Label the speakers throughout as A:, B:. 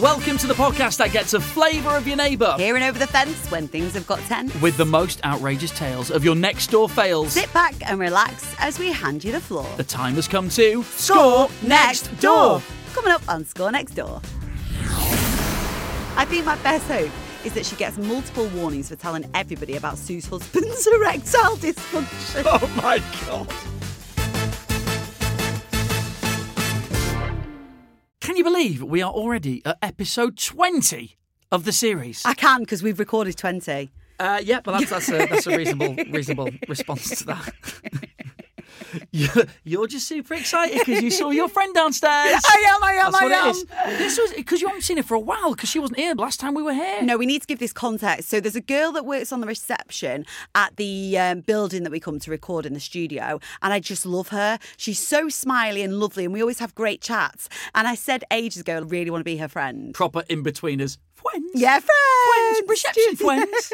A: Welcome to the podcast that gets a flavour of your neighbour
B: Here and over the fence when things have got tense.
A: with the most outrageous tales of your next door fails.
B: Sit back and relax as we hand you the floor.
A: The time has come to
B: Coming up on Score Next Door. I think my best hope is that she gets multiple warnings for telling everybody about Sue's husband's erectile dysfunction.
A: Oh my god. Can you believe we are already at episode 20 of the series?
B: I can because we've recorded 20.
A: Uh, yeah, but that's, that's, a, that's a reasonable reasonable response to that. You're, you're just super excited because you saw your friend downstairs.
B: I am, I am,
A: That's
B: I
A: what
B: am.
A: it is. This was because you haven't seen her for a while because she wasn't here the last time we were here.
B: No, we need to give this context. So there's a girl that works on the reception at the um, building that we come to record in the studio, and I just love her. She's so smiley and lovely, and we always have great chats. And I said ages ago, I really want to be her friend.
A: Proper in betweeners. Friends.
B: Yeah, friends.
A: Friends. Reception friends.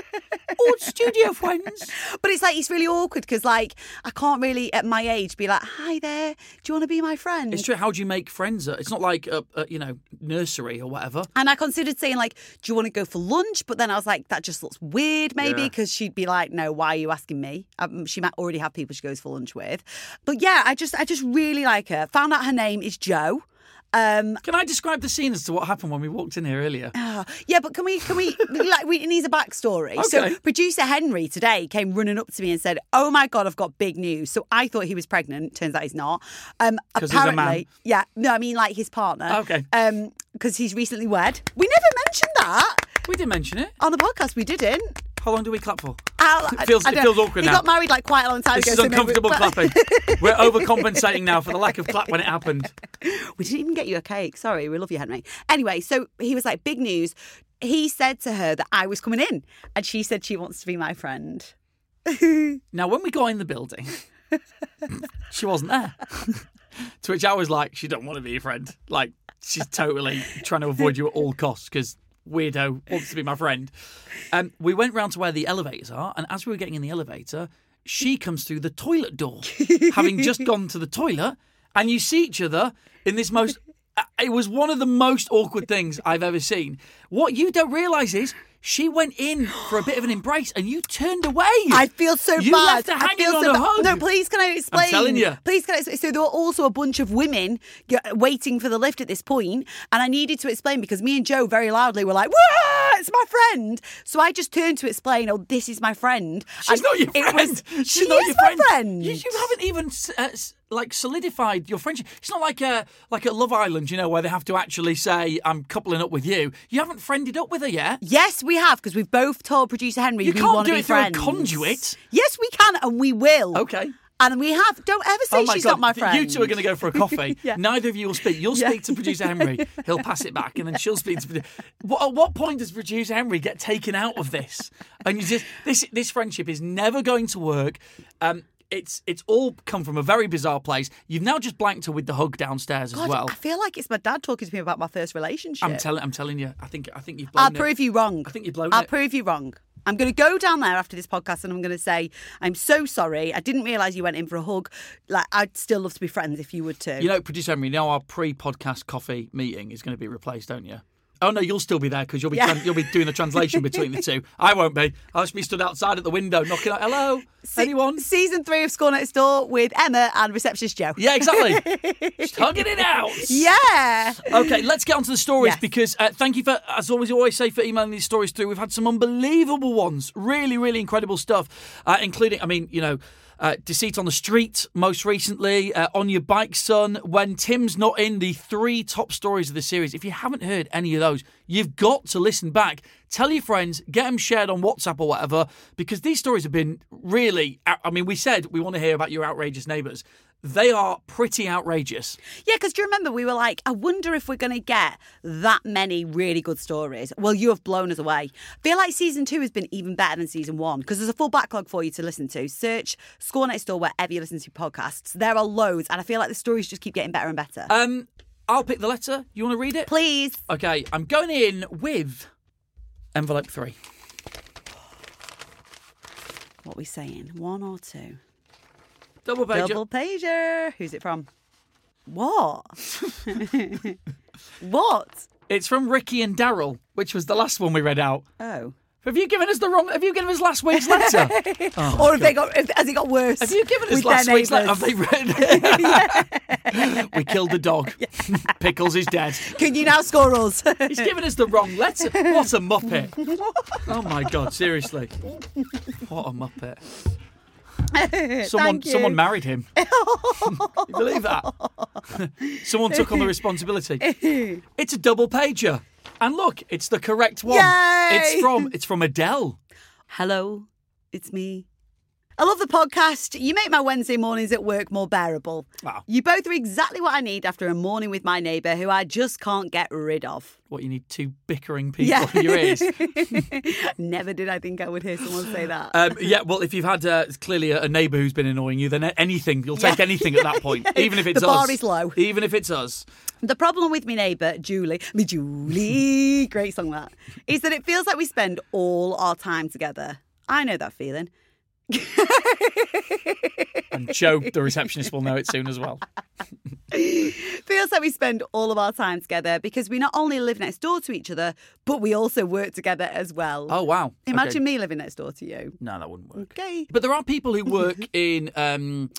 A: Old studio friends.
B: But it's like it's really awkward because like I can't really at my age be like, "Hi there, do you want to be my friend?"
A: It's true. How do you make friends? Uh, It's not like uh uh you know nursery or whatever.
B: And I considered saying like, "Do you want to go for lunch?" But then I was like, "That just looks weird, maybe,"
A: Yeah.
B: because she'd be like, "No, why are you asking me?" Um, she might already have people she goes for lunch with. But yeah, I just, I just really like her. Found out her name is Joe. Um,
A: Can I describe the scene as to what happened when we walked in here earlier?
B: oh, yeah, but can we, can we, like, we it needs a backstory. So
A: Okay.
B: producer Henry today came running up to me and said, "Oh my god, I've got big news." So I thought he was pregnant. Turns out he's not. Um,
A: 'Cause he's a man.
B: apparently- yeah. No, I mean like his partner.
A: Okay.
B: Um, because he's recently wed. We never mentioned that.
A: We did mention it.
B: On the podcast, we didn't.
A: How long do we clap for?
B: How-
A: It feels-
B: I
A: it
B: don't-
A: feels awkward
B: He
A: now.
B: got married like quite a long time
A: This
B: ago.
A: is
B: so maybe-
A: uncomfortable
B: but-
A: clapping. We're overcompensating now for the lack of clap when it happened.
B: We didn't even get you a cake. Sorry, we love you, Henry. Anyway, so he was like, big news. He said to her that I was coming in, and she said she wants to be my friend.
A: Now, when we got in the building, she wasn't there. to which I was like, she don't want to be your friend. Like, she's totally trying to avoid you at all costs because weirdo wants to be my friend. Um, we went round to where the elevators are, and as we were getting in the elevator, she comes through the toilet door, having just gone to the toilet, and you see each other in this most. uh, It was one of the most awkward things I've ever seen. What you don't realise is she went in for a bit of an embrace, and you turned away.
B: I feel so
A: You
B: bad.
A: left her
B: I
A: hanging
B: feel
A: on
B: so
A: a
B: bad.
A: hug.
B: No, please, can I explain?
A: telling you.
B: Please, can I explain? So there were also a bunch of women g- waiting for the lift at this point, and I needed to explain because me and Joe very loudly were like, "Whoa, it's my friend!" So I just turned to explain, "Oh, this is my friend."
A: She's
B: And
A: not your
B: it
A: friend.
B: was-
A: She's
B: she
A: not
B: is
A: your
B: my
A: friend.
B: friend.
A: You, you haven't even s- uh, s- like solidified your friendship. It's not like a like a Love Island, you know, where they have to actually say, "I'm coupling up with you." You haven't friended up with her yet.
B: Yes, we have because we've both told producer Henry
A: You
B: we
A: can't
B: want
A: do
B: to be
A: it through a
B: friends.
A: conduit.
B: Yes, we can, and we will.
A: Okay. Oh
B: And we have. Don't ever say she's not my friend.
A: You two are going to go for a coffee.
B: Yeah.
A: Neither of you will speak. You'll
B: Yeah.
A: speak to producer Henry. He'll pass it back, and then she'll speak to. produ- What, at what point does producer Henry get taken out of this? And you just this this friendship is never going to work. Um, it's it's all come from a very bizarre place. You've now just blanked her with the hug downstairs as
B: God,
A: well.
B: I feel like it's my dad talking to me about my first relationship.
A: I'm telling I'm telling you. I think I think you've blown
B: I'll
A: it.
B: prove you wrong.
A: uh, I think you've blown
B: I'll
A: it.
B: prove you wrong. I'm going to go down there after this podcast and I'm going to say, I'm so sorry. I didn't realise you went in for a hug. Like, I'd still love to be friends if you would too.
A: You know, producer Henry, you know our pre-podcast coffee meeting is going to be replaced, don't you? Oh no, you'll still be there because you'll be
B: Yeah.
A: tran- you'll be doing the translation between the two. I won't be. I'll just be stood outside at the window, knocking out, "Hello,
B: Se-
A: anyone?"
B: Season three of Score Next Door with Emma and receptionist Joe.
A: Yeah, exactly. just hugging it out.
B: Yeah.
A: Okay, let's get on to the stories
B: Yes.
A: because uh, thank you for, as always, you always say for emailing these stories through. We've had some unbelievable ones, really, really incredible stuff, uh, including, I mean, you know, uh, deceit on the street most recently, uh, on your bike, son. When Tim's not in, the three top stories of the series. If you haven't heard any of those, you've got to listen back. Tell your friends, get them shared on WhatsApp or whatever, because these stories have been really. out- I mean, we said we want to hear about your outrageous neighbours. They are pretty outrageous.
B: Yeah, because do you remember we were like, I wonder if we're going to get that many really good stories. Well, you have blown us away. feel like season two has been even better than season one because there's a full backlog for you to listen to. Search Score Next Door wherever you listen to podcasts. There are loads, and I feel like the stories just keep getting better and better.
A: Um, I'll pick the letter. You want to read it?
B: Please.
A: Okay, I'm going in with envelope three.
B: What are we saying? One or two?
A: Double page.
B: Double pager. Who's it from? What? what?
A: It's from Ricky and Daryl, which was the last one we read out.
B: Oh.
A: Have you given us the wrong? Have you given us last week's letter?
B: or have they got? If, has it got worse?
A: Have you given us
B: with their
A: last week's letter? Have
B: neighbours?
A: they read? we killed the dog. Pickles is dead.
B: Can you now score us?
A: He's given us the wrong letter. What a muppet! Oh my god, seriously, what a muppet! Someone,
B: Thank you.
A: someone married him. Can you believe that? someone took on the responsibility. It's a double pager, and look, it's the correct one. It's
B: Yay!
A: from it's from Adele.
B: Hello, it's me. I love the podcast. You make my Wednesday mornings at work more bearable.
A: Wow.
B: You both are exactly what I need after a morning with my neighbour who I just can't get rid of.
A: What you need two bickering people in your ears.
B: Never did I think I would hear someone say that.
A: Um, yeah, well, if you've had uh, clearly a, a neighbour who's been annoying you, then anything you'll take anything at that point, even if it's
B: The
A: us.
B: bar is low.
A: Even if it's us.
B: The problem with me neighbour, Julie, me Julie, great song that, is that it feels like we spend all our time together. I know that feeling.
A: And Joe, the receptionist, will know it soon as well.
B: Feels like we spend all of our time together because we not only live next door to each other, but we also work together as well.
A: Oh wow!
B: Imagine
A: Okay.
B: me living next door to you.
A: No, that wouldn't work.
B: Okay.
A: But there are people
B: Mm-hmm.
A: who work in um,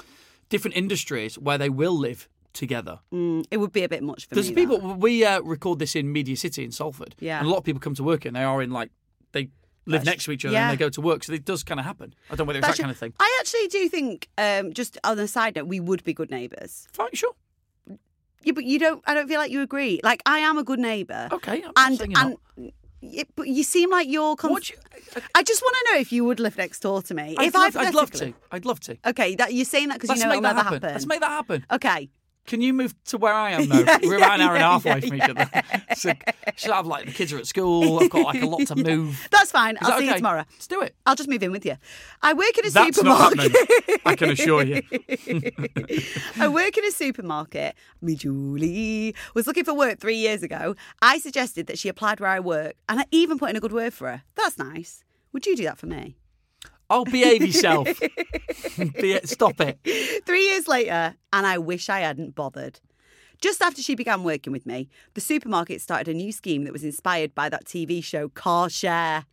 A: different industries where they will live together.
B: Mm, it would be a bit much for
A: There's
B: me.
A: people. We uh, record this in Media City in Salford.
B: Yeah.
A: And a lot of people come to work here and they are in like they live next to each other
B: yeah.
A: and they go to work. So it does kind of happen. I don't know whether it's
B: that.
A: that
B: Actually-
A: kind of thing.
B: I actually do think, um, just on a side note, we would be good neighbours.
A: Fine, sure.
B: Yeah, but you don't. I don't feel like you agree. Like I am a good neighbour.
A: Okay. I'm
B: and
A: Oh, saying you're
B: and y- but you seem like you're.
A: not.
B: Cons-
A: What do you- uh,
B: I just want to know if you would live next door to me.
A: I'd
B: if
A: love, I'd love to.
B: hypothetically-
A: I'd love to.
B: Okay, that, you're saying that because
A: Let's
B: you know
A: make that
B: it'll never
A: happen.
B: happen.
A: Let's make that happen.
B: okay.
A: Can you move to where I am though?
B: Yeah,
A: We're
B: yeah,
A: about an hour and a half
B: yeah,
A: away from
B: yeah.
A: each other. So, should I have like the kids are at school? I've got like a lot to move. Is
B: That's fine. I'll
A: that
B: see
A: okay?
B: you tomorrow.
A: Let's do it.
B: I'll just move in with you. I work in a
A: That's not
B: supermarket.
A: happening. I can assure you.
B: I work in a supermarket. Me, Julie, was looking for work three years ago. I suggested that she applied where I work, and I even put in a good word for her. That's nice. Would you do that for me?
A: Oh, behave yourself. Be it- Stop it.
B: Three years later, and I wish I hadn't bothered. Just after she began working with me, the supermarket started a new scheme that was inspired by that TV show Car Share.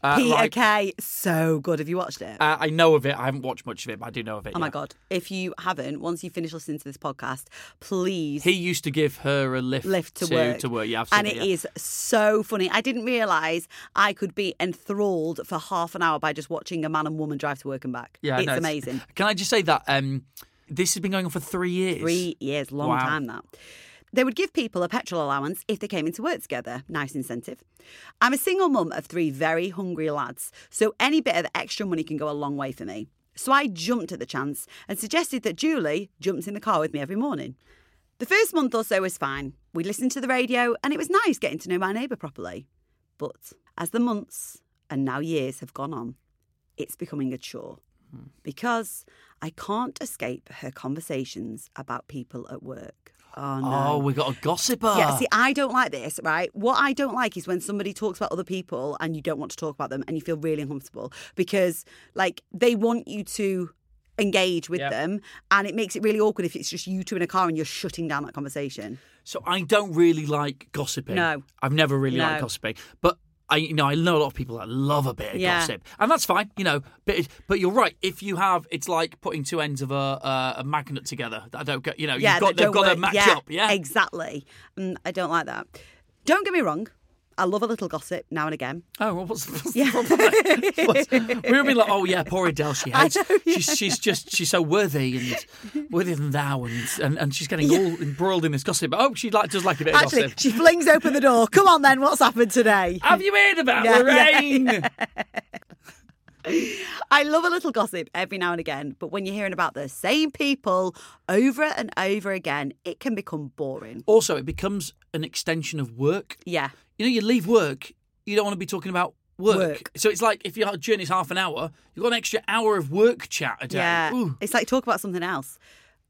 A: Uh,
B: Peter
A: right.
B: Kay, so good. Have you watched it?
A: Uh, I know of it. I haven't watched much of it, but I do know of it.
B: Oh my
A: yeah.
B: God. If you haven't, once you finish listening to this podcast, please
A: He used to give her a lift,
B: lift to, work.
A: To work. Yeah, I've seen
B: and
A: it.
B: it
A: yeah.
B: is so funny. I didn't realise I could be enthralled for half an hour by just watching a man and woman drive to work and back.
A: Yeah, I
B: it's
A: know,
B: amazing.
A: Can I just say that um, this has been going on for three years?
B: Three years, long
A: Wow.
B: time that. They would give people a petrol allowance if they came into work together. Nice incentive. I'm a single mum of three very hungry lads, so any bit of extra money can go a long way for me. So I jumped at the chance and suggested that Julie jumps in the car with me every morning. The first month or so was fine. We listened to the radio and it was nice getting to know my neighbour properly. But as the months and now years have gone on, it's becoming a chore because I can't escape her conversations about people at work. Oh, no.
A: Oh, we got a gossiper.
B: Yeah, see, I don't like this, right? What I don't like is when somebody talks about other people and you don't want to talk about them and you feel really uncomfortable because, like, they want you to engage with
A: Yeah.
B: them and it makes it really awkward if it's just you two in a car and you're shutting down that conversation.
A: So I don't really like gossiping.
B: No.
A: I've never really liked
B: No.
A: gossiping, but. I, you know, I know a lot of people that love a bit of
B: Yeah.
A: gossip, and that's fine, you know. But it, but you're right. If you have, it's like putting two ends of a uh, a magnet together. That don't go, you know.
B: yeah,
A: you've got
B: that
A: they've
B: don't
A: got to
B: work.
A: match
B: yeah,
A: up. Yeah,
B: exactly. Mm, I don't like that. Don't get me wrong. I love a little gossip now and again.
A: Oh, well, what's, what's the problem? there? What's- we would be like, oh yeah, poor Adele. She hates. she's, she's just she's so worthy and worthy than thou, and and, and she's getting all embroiled in this gossip. But oh, she like does like a bit of
B: Actually,
A: gossip.
B: she flings open the door. Come on, then. What's happened today?
A: Have you heard about
B: Yeah,
A: Lorraine?
B: I love a little gossip every now and again, but when you're hearing about the same people over and over again, it can become boring.
A: Also, it becomes an extension of work.
B: Yeah.
A: You know, you leave work, you don't want to be talking about work.
B: Work.
A: So it's like if your journey's half an hour, you've got an extra hour of work chat a day.
B: Yeah.
A: Ooh.
B: It's like talk about something else.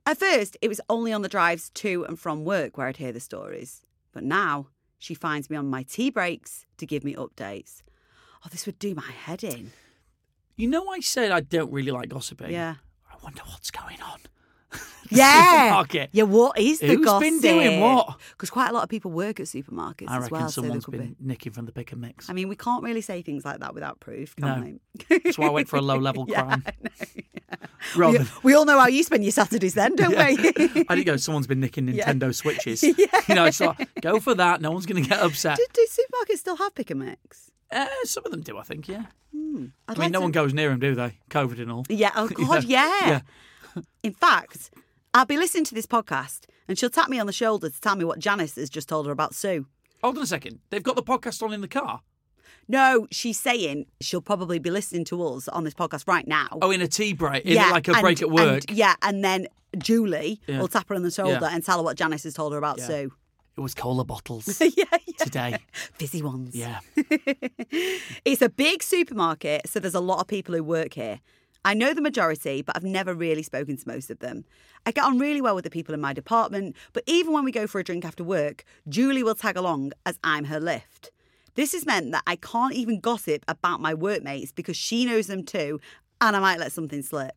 B: At first, it was only on the drives to and from work where I'd hear the stories. But now she finds me on my tea breaks to give me updates. Oh, this would do my head in.
A: You know, I said I don't really like gossiping.
B: Yeah.
A: I I wonder what's going on.
B: Yeah.
A: supermarket.
B: Yeah, what is the
A: Who's
B: gossip?
A: been doing what?
B: Because quite a lot of people work at supermarkets
A: I
B: as
A: reckon
B: well, so there
A: someone's
B: could
A: been
B: be.
A: nicking from the pick and mix.
B: I mean, we can't really say things like that without proof,
A: No.
B: can we?
A: That's why I went for a low level
B: Yeah,
A: crime.
B: I know.
A: Rather
B: We,
A: than-
B: we all know how you spend your Saturdays then, don't we?
A: I did go, someone's been nicking Nintendo Switches. You know, so go for that. No one's going to get upset.
B: do, do supermarkets still have pick and mix?
A: Uh, some of them do, I think, yeah.
B: I'd
A: I mean,
B: like
A: no
B: to-
A: one goes near them, do they? COVID and all.
B: Yeah, oh God, yeah.
A: Yeah.
B: In fact, I'll be listening to this podcast and she'll tap me on the shoulder to tell me what Janice has just told her about Sue.
A: Hold on a second. They've got the podcast on in the car.
B: No, she's saying she'll probably be listening to us on this podcast right now.
A: Oh, in a tea break, in like a break at
B: and-
A: work.
B: yeah, and then Julie
A: Yeah.
B: will tap her on the shoulder
A: Yeah.
B: and tell her what Janice has told her about
A: Yeah.
B: Sue.
A: It was cola bottles
B: yeah, yeah.
A: today.
B: Busy ones.
A: Yeah.
B: It's a big supermarket, so there's a lot of people who work here. I know the majority, but I've never really spoken to most of them. I get on really well with the people in my department, but even when we go for a drink after work, Julie will tag along as I'm her lift. This has meant that I can't even gossip about my workmates because she knows them too, and I might let something slip.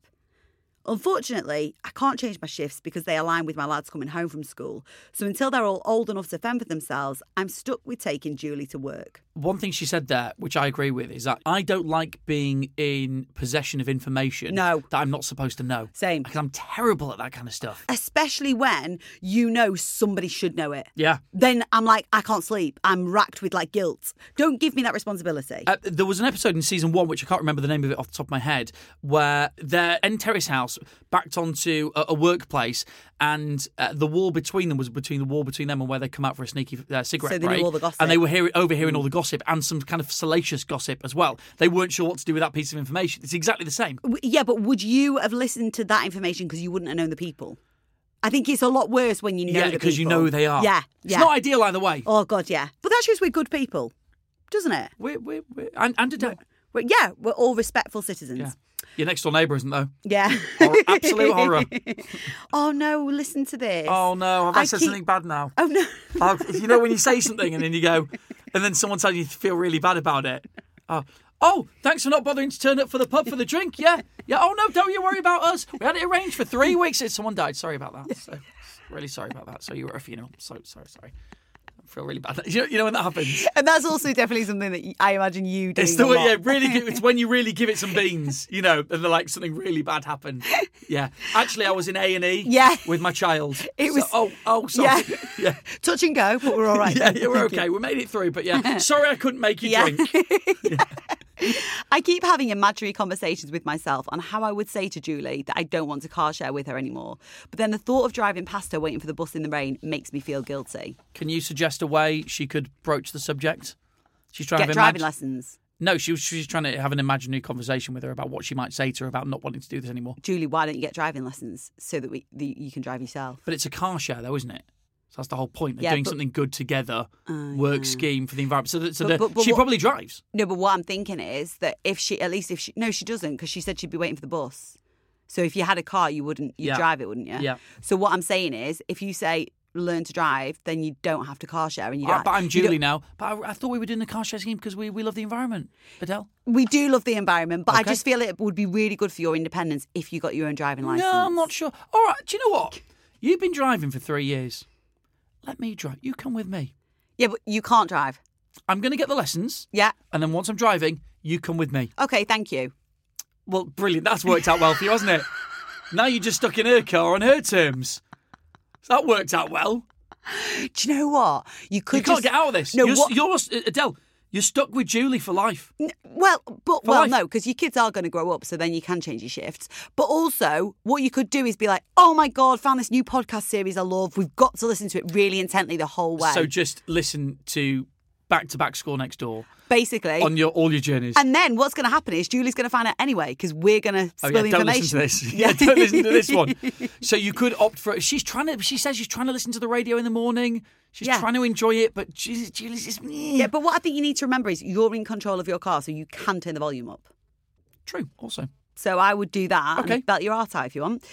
B: Unfortunately, I can't change my shifts because they align with my lads coming home from school. So until they're all old enough to fend for themselves, I'm stuck with taking Julie to work.
A: One thing she said there, which I agree with, is that I don't like being in possession of information
B: No.
A: that I'm not supposed to know.
B: Same.
A: Because I'm terrible at that kind of stuff.
B: especially when you know somebody should know it.
A: Yeah.
B: Then I'm like, I can't sleep. I'm racked with like guilt. Don't give me that responsibility.
A: Uh, there was an episode in season one, which I can't remember the name of it off the top of my head, where their end terrace house backed onto a, a workplace, and uh, the wall between them was between the wall between them and where they come out for a sneaky uh, cigarette
B: So they knew
A: break.
B: all the gossip. Mm.
A: And they were hearing, overhearing all the gossip and some kind of salacious gossip as well. They weren't sure what to do with that piece of information. It's exactly the same.
B: W- yeah, but would you have listened to that information because you wouldn't have known the people? I think it's a lot worse when you know
A: yeah,
B: the
A: because you
B: people.
A: know who they are.
B: Yeah,
A: It's
B: yeah.
A: not ideal either way.
B: oh god, yeah. But that shows we're good people, doesn't it?
A: We're, we're, we're, and, and a day.
B: We're, yeah, we're all respectful citizens.
A: Your next door neighbour isn't, though.
B: Yeah.
A: Hor- absolute horror.
B: oh no, listen to this.
A: Oh, no. Have I,
B: I
A: said
B: keep-
A: something bad now?
B: Oh no.
A: Oh, you know when you say something and then you go, and then someone tells you to feel really bad about it. Oh, oh, thanks for not bothering to turn up for the pub for the drink. Yeah, yeah. Oh no, don't you worry about us. We had it arranged for three weeks. If someone died, sorry about that. So, really sorry about that. So you were at a funeral. So sorry, sorry. I feel really bad. You know, you know when that happens.
B: And that's also definitely something that y- I imagine you doing.
A: It's the
B: a
A: way,
B: lot.
A: yeah, really. Give, it's when you really give it some beans, you know, and they're like something really bad happened. Yeah, actually, I was in A and E.
B: Yeah.
A: with my child.
B: It
A: So-
B: was-
A: oh, oh, sorry.
B: Yeah.
A: yeah.
B: Touch and go, but we're all right.
A: Yeah, yeah, we're okay. We made it through, but yeah, sorry I couldn't make you
B: Yeah.
A: drink.
B: I keep having imaginary conversations with myself on how I would say to Julie that I don't want to car share with her anymore. But then the thought of driving past her waiting for the bus in the rain makes me feel guilty.
A: Can you suggest a way she could broach the subject? She's trying
B: Get
A: to imagine.
B: driving lessons.
A: No, she was, she's trying to have an imaginary conversation with her about what she might say to her about not wanting to do this anymore.
B: Julie, why don't you get driving lessons so that we that you can drive yourself?
A: But it's a car share, though, isn't it? So that's the whole point. They're
B: Yeah,
A: doing
B: but- Oh,
A: something good together, work scheme for the environment. So, that, so
B: But-
A: the,
B: but- but
A: she
B: what-
A: probably drives.
B: No, but what I'm thinking is that if she at least if she no, she doesn't because she said she'd be waiting for the bus. So if you had a car, you wouldn't you
A: Yeah.
B: would drive it, wouldn't you?
A: Yeah.
B: So what I'm saying is, if you say learn to drive, then you don't have to car share, and you
A: Ah,
B: don't.
A: but I'm
B: you don't-
A: Julie now. But I, I thought we were doing the car share scheme because we, we love the environment. Adele?
B: We do love the environment, but I
A: Okay.
B: just feel it would be really good for your independence if you got your own driving license.
A: No, I'm not sure. All right, do you know what? You've been driving for three years. Let me drive. You come with me.
B: Yeah, but you can't drive.
A: I'm going to get the lessons.
B: Yeah.
A: And then once I'm driving, you come with me.
B: Okay, thank you.
A: Well, brilliant. That's worked out well for you, hasn't it? Now you're just stuck in her car on her terms. So that worked out well.
B: Do you know what? You could
A: You can't
B: just-
A: get out of this.
B: No,
A: you're,
B: what-
A: you're- uh, Adele, you're stuck with Julie for life.
B: N- Well, but well,
A: life.
B: no, because your kids are going to grow up, so then you can change your shifts. But also, what you could do is be like, "Oh my god, found this new podcast series I love. We've got to listen to it really intently the whole way."
A: So just listen to back to back score next door
B: basically,
A: on your all your journeys.
B: and then what's going to happen is Julie's going to find out anyway because we're going to
A: Oh
B: spill
A: yeah,
B: the
A: don't
B: information.
A: listen to this. Yeah, don't listen to this one. So you could opt for. She's trying to. She says she's trying to listen to the radio in the morning. She's
B: Yeah.
A: trying to enjoy it, but Julie's, Julie's just.
B: Yeah, but what I think you need to remember is you're in control of your car, so you can turn the volume up.
A: True. Also,
B: So I would do that
A: Okay.
B: and belt your art out if you want.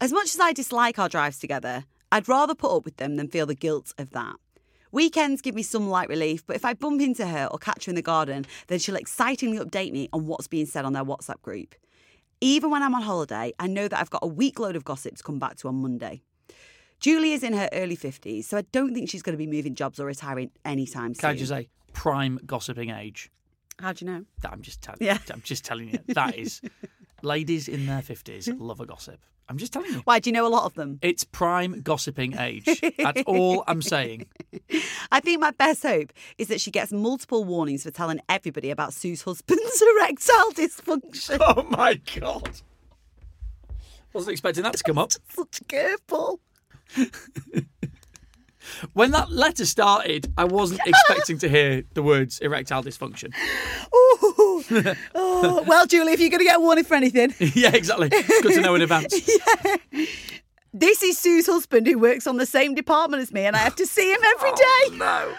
B: As much as I dislike our drives together, I'd rather put up with them than feel the guilt of that. Weekends give me some light relief, but if I bump into her or catch her in the garden, then she'll excitingly update me on what's being said on their WhatsApp group. Even when I'm on holiday, I know that I've got a week load of gossip to come back to on Monday. Julie is in her early 50s, so I don't think she's going to be moving jobs or retiring anytime
A: Can I
B: soon.
A: just say, prime gossiping age.
B: How do you know?
A: That I'm just telling.
B: Yeah.
A: I'm just telling you. That is, ladies in their fifties love a gossip. I'm just telling you.
B: Why, do you know a lot of them?
A: It's prime gossiping age. That's all I'm saying.
B: I think my best hope is that she gets multiple warnings for telling everybody about Sue's husband's erectile dysfunction.
A: Oh my god! Wasn't expecting that to come up.
B: Such a curveball.
A: When that letter started, I wasn't expecting to hear the words erectile dysfunction.
B: Ooh. Oh, well, Julie, if you're going to get a warning for anything,
A: yeah, exactly. It's good to know in advance.
B: this is Sue's husband who works on the same department as me, and I have to see him every day.
A: Oh,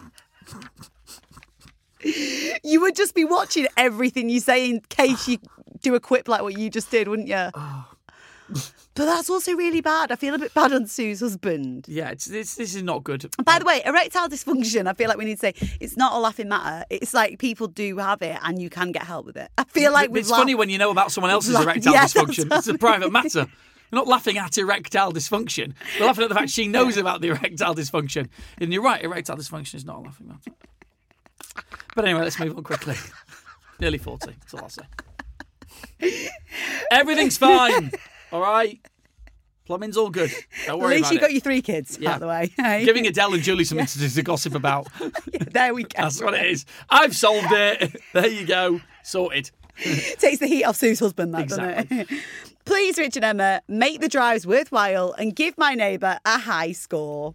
A: No.
B: You would just be watching everything you say in case you do a quip like what you just did, wouldn't you? But that's also really bad. I feel a bit bad on Sue's husband.
A: Yeah, it's, this this is not good.
B: By the way, erectile dysfunction, I feel like we need to say it's not a laughing matter. It's like people do have it and you can get help with it. I feel like we've
A: it's funny
B: laughed-
A: when you know about someone else's
B: Like,
A: erectile
B: yeah, that's
A: dysfunction.
B: what
A: It's a private matter. We're not laughing at erectile dysfunction. We're laughing at the fact she knows about the erectile dysfunction. And you're right, erectile dysfunction is not a laughing matter. But anyway, let's move on quickly. Nearly 40, that's all I'll say. Everything's fine, all right? Plumbing's all good. Don't
B: At
A: worry
B: least
A: about
B: you
A: it.
B: got your three kids,
A: Yeah.
B: by the way. Hey?
A: Giving Adele and Julie something to, to gossip about.
B: there we go.
A: That's what it is. I've solved it. There you go. Sorted.
B: Takes the heat off Sue's husband, that
A: Exactly.
B: doesn't it? Please, Rich and Emma, make the drives worthwhile and give my neighbour a high score.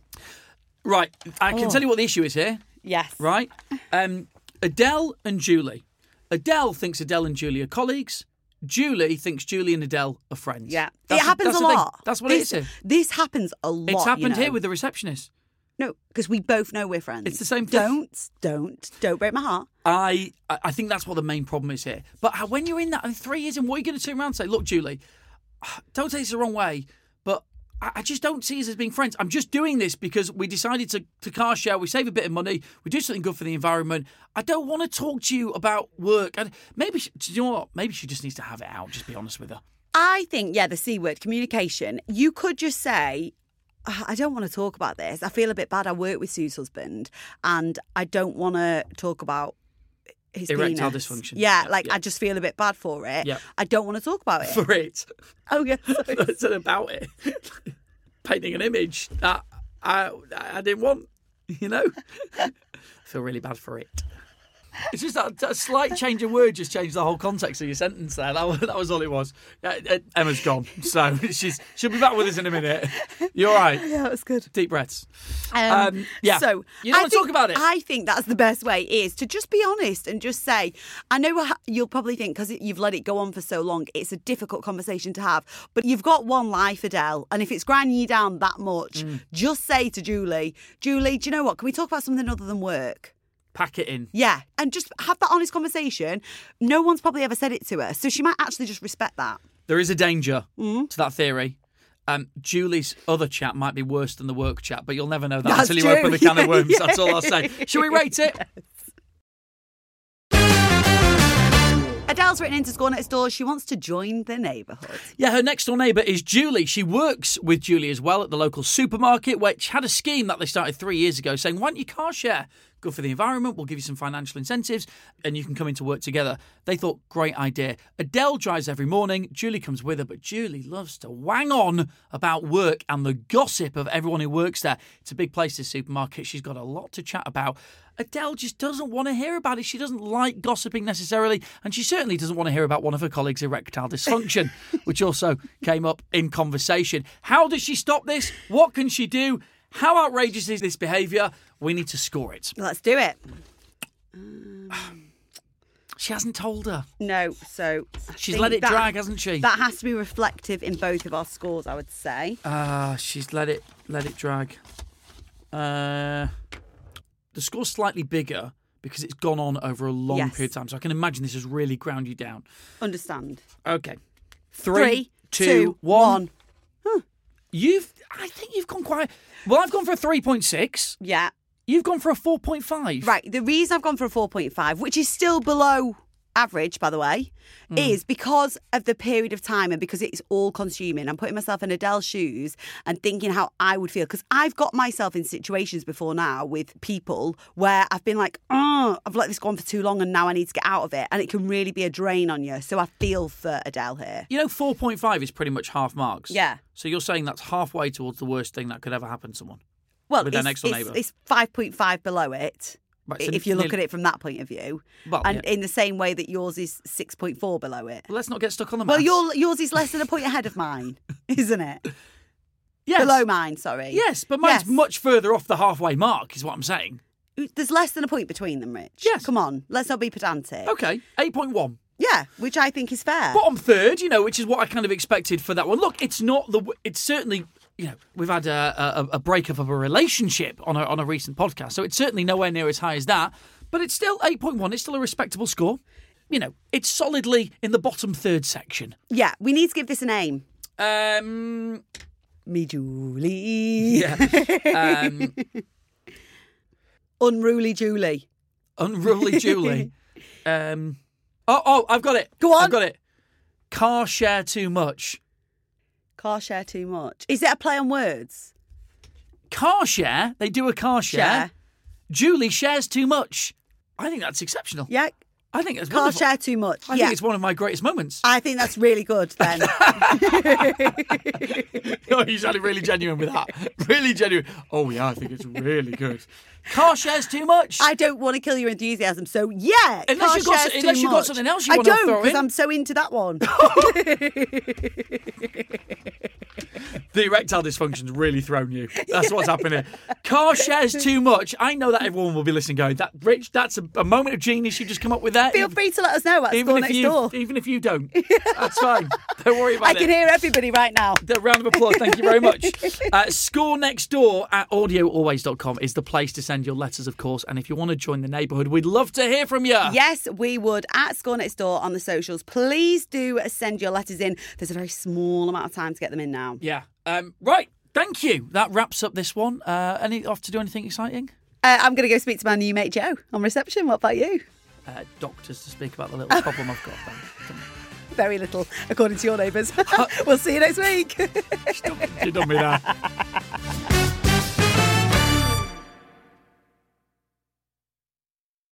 A: Right, I
B: Oh.
A: can tell you what the issue is here.
B: Yes.
A: right? Um, Adele and Julie. Adele thinks Adele and Julie are colleagues. Julie thinks Julie and Adele are friends.
B: Yeah.
A: That's
B: it
A: the-
B: happens
A: that's
B: a
A: the thing.
B: lot.
A: That's what
B: this,
A: it is. here.
B: This happens a lot.
A: It's
B: you
A: happened here
B: know.
A: with the receptionist.
B: No, because we both know we're friends.
A: It's the same thing.
B: Don't, don't, don't break my heart.
A: I I I think that's what the main problem is here. But how- when you're in that in three years, and what are you going to turn around and say? Look, Julie, don't take this the wrong way, but I, I just don't see us as being friends. I'm just doing this because we decided to, to car share. We save a bit of money. We do something good for the environment. I don't want to talk to you about work. And maybe she, do you know what? Maybe she just needs to have it out. Just be honest with her.
B: I think, yeah, the C word, communication. You could just say, "Ugh, I don't want to talk about this. I feel a bit bad. I work with Sue's husband and I don't want to talk about his
A: Erectile
B: penis."
A: dysfunction.
B: Yeah,
A: Yeah,
B: like
A: yeah.
B: I just feel a bit bad for it.
A: Yeah.
B: I don't want to talk about it.
A: For it,
B: oh, yeah. sorry.
A: that's it about it. Painting an image that I I didn't want. You know, I feel really bad for it. It's just that, that slight change of word just changed the whole context of your sentence there. That was, that was all it was. Uh, uh, Emma's gone, so she's she'll be back with us in a minute. You're right.
B: Yeah, that was good.
A: Deep breaths.
B: Um,
A: Um, yeah.
B: So
A: You don't
B: I
A: wanna talk
B: think-
A: about it.
B: I think that's the best way is to just be honest and just say, I know wha- you'll probably think because you've let it go on for so long, it's a difficult conversation to have. But you've got one life, Adele, and if it's grinding you down that much,
A: Mm.
B: just say to Julie, Julie, do you know what? Can we talk about something other than work?
A: Pack it in.
B: Yeah, and just have that honest conversation. No one's probably ever said it to her, so she might actually just respect that.
A: There is a danger to that theory. Um, Julie's other chat might be worse than the work chat, but you'll never know that
B: That's
A: until you
B: true.
A: open the can
B: Yeah,
A: of worms.
B: yeah.
A: That's all I'll say. Shall we rate it?
B: Adele's written into Scorn at his door. She wants to join the neighbourhood.
A: Yeah, her next door neighbour is Julie. She works with Julie as well at the local supermarket, which had a scheme that they started three years ago saying, Why don't you car share? Good for the environment, we'll give you some financial incentives, and you can come into work together. They thought, great idea. Adele drives every morning, Julie comes with her, but Julie loves to wang on about work and the gossip of everyone who works there. It's a big place, this supermarket. She's got a lot to chat about. Adele just doesn't want to hear about it. She doesn't like gossiping necessarily, and she certainly doesn't want to hear about one of her colleagues' erectile dysfunction, which also came up in conversation. How does she stop this? What can she do? How outrageous is this behaviour? We need to score it.
B: Let's do it.
A: She hasn't told her.
B: No, so I
A: She's
B: think
A: let it
B: that-
A: drag, hasn't she?
B: That has to be reflective in both of our scores, I would say.
A: Ah, she's let it let it drag. Uh, the score's slightly bigger because it's gone on over a long
B: Yes.
A: period of time, so I can imagine this has really ground you down.
B: Understand.
A: Okay.
B: Three,
A: three, two,
B: two, one.
A: You've, I think you've gone quite. Well, I've gone for a three point six.
B: Yeah.
A: You've gone for a four point five.
B: Right. The reason I've gone for a 4.5, which is still below average, by the way, is because of the period of time and because it's all consuming. I'm putting myself in Adele's shoes and thinking how I would feel because I've got myself in situations before now with people where I've been like, oh, I've let this go on for too long and now I need to get out of it. And it can really be a drain on you. So I feel for Adele here.
A: You know, 4.5 is pretty much half marks.
B: Yeah.
A: So you're saying that's halfway towards the worst thing that could ever happen to someone.
B: Well,
A: With their
B: it's,
A: next-door
B: it's-
A: neighbour.
B: it's 5.5 below it.
A: Right, so
B: If you look
A: nearly-
B: at it from that point of view,
A: Well,
B: and
A: yeah.
B: in the same way that yours is 6.4 below it,
A: Let's not get stuck on the
B: Well,
A: maths.
B: your, yours is less than a point ahead of mine, isn't it?
A: yes.
B: Below mine, sorry.
A: Yes, but mine's
B: Yes.
A: much further off the halfway mark, is what I'm saying.
B: There's less than a point between them, Rich.
A: Yes.
B: Come on, let's not be pedantic.
A: Okay, 8.1.
B: Yeah, which I think is fair.
A: Bottom third, you know, which is what I kind of expected for that one. Look, it's not the. w- It's certainly. You know, we've had a, a, a breakup of a relationship on a, on a recent podcast, so it's certainly nowhere near as high as that. But it's still 8.1. It's still a respectable score. You know, it's solidly in the bottom third section.
B: yeah, we need to give this a name.
A: Um,
B: Me Julie.
A: yeah. Um,
B: Unruly Julie.
A: Unruly Julie. Um, oh, oh, I've got it.
B: Go on.
A: I've got it. Car share too much.
B: Car share too much. Is it a play on words?
A: Car share. They do a car share.
B: Share.
A: Julie shares too much. I think that's exceptional.
B: Yeah.
A: I think that's
B: Car
A: wonderful.
B: share too much.
A: I
B: yeah.
A: think it's one of my greatest moments.
B: I think that's really good then.
A: oh, you sounded really genuine with that. Really genuine. Oh yeah, I think it's really good. Car shares too much.
B: I don't want to kill your enthusiasm, so yeah.
A: Unless
B: car
A: you've got
B: share's
A: so-
B: too
A: unless you've got
B: much.
A: something else you
B: I
A: wanna
B: don't,
A: throw in.
B: I'm so into that one.
A: The erectile dysfunction's really thrown you. That's what's happening. Car shares too much. I know that everyone will be listening going, that Rich, that's a, a moment of genius you just come up with there.
B: Feel free to let us know at Score
A: even if
B: Next
A: you
B: Door.
A: even if you don't. That's fine. Don't worry about
B: I
A: it.
B: can hear everybody right now.
A: The round of applause. Thank you very much. Uh, score next door at audioalways.com is the place to send your letters, of course. And if you want to join the neighbourhood, we'd love to hear from you.
B: Yes, we would at Score Next Door on the socials. Please do send your letters in. There's a very small amount of time to get them in now.
A: Yeah. Um, right. Thank you. That wraps up this one. Uh, any off to do anything exciting?
B: Uh, I'm going to go speak to my new mate Joe on reception. What about you?
A: Uh, doctors to speak about the little problem I've got. Then. Uh,
B: Very little, according to your neighbours. we'll see you next week.
A: You done me there.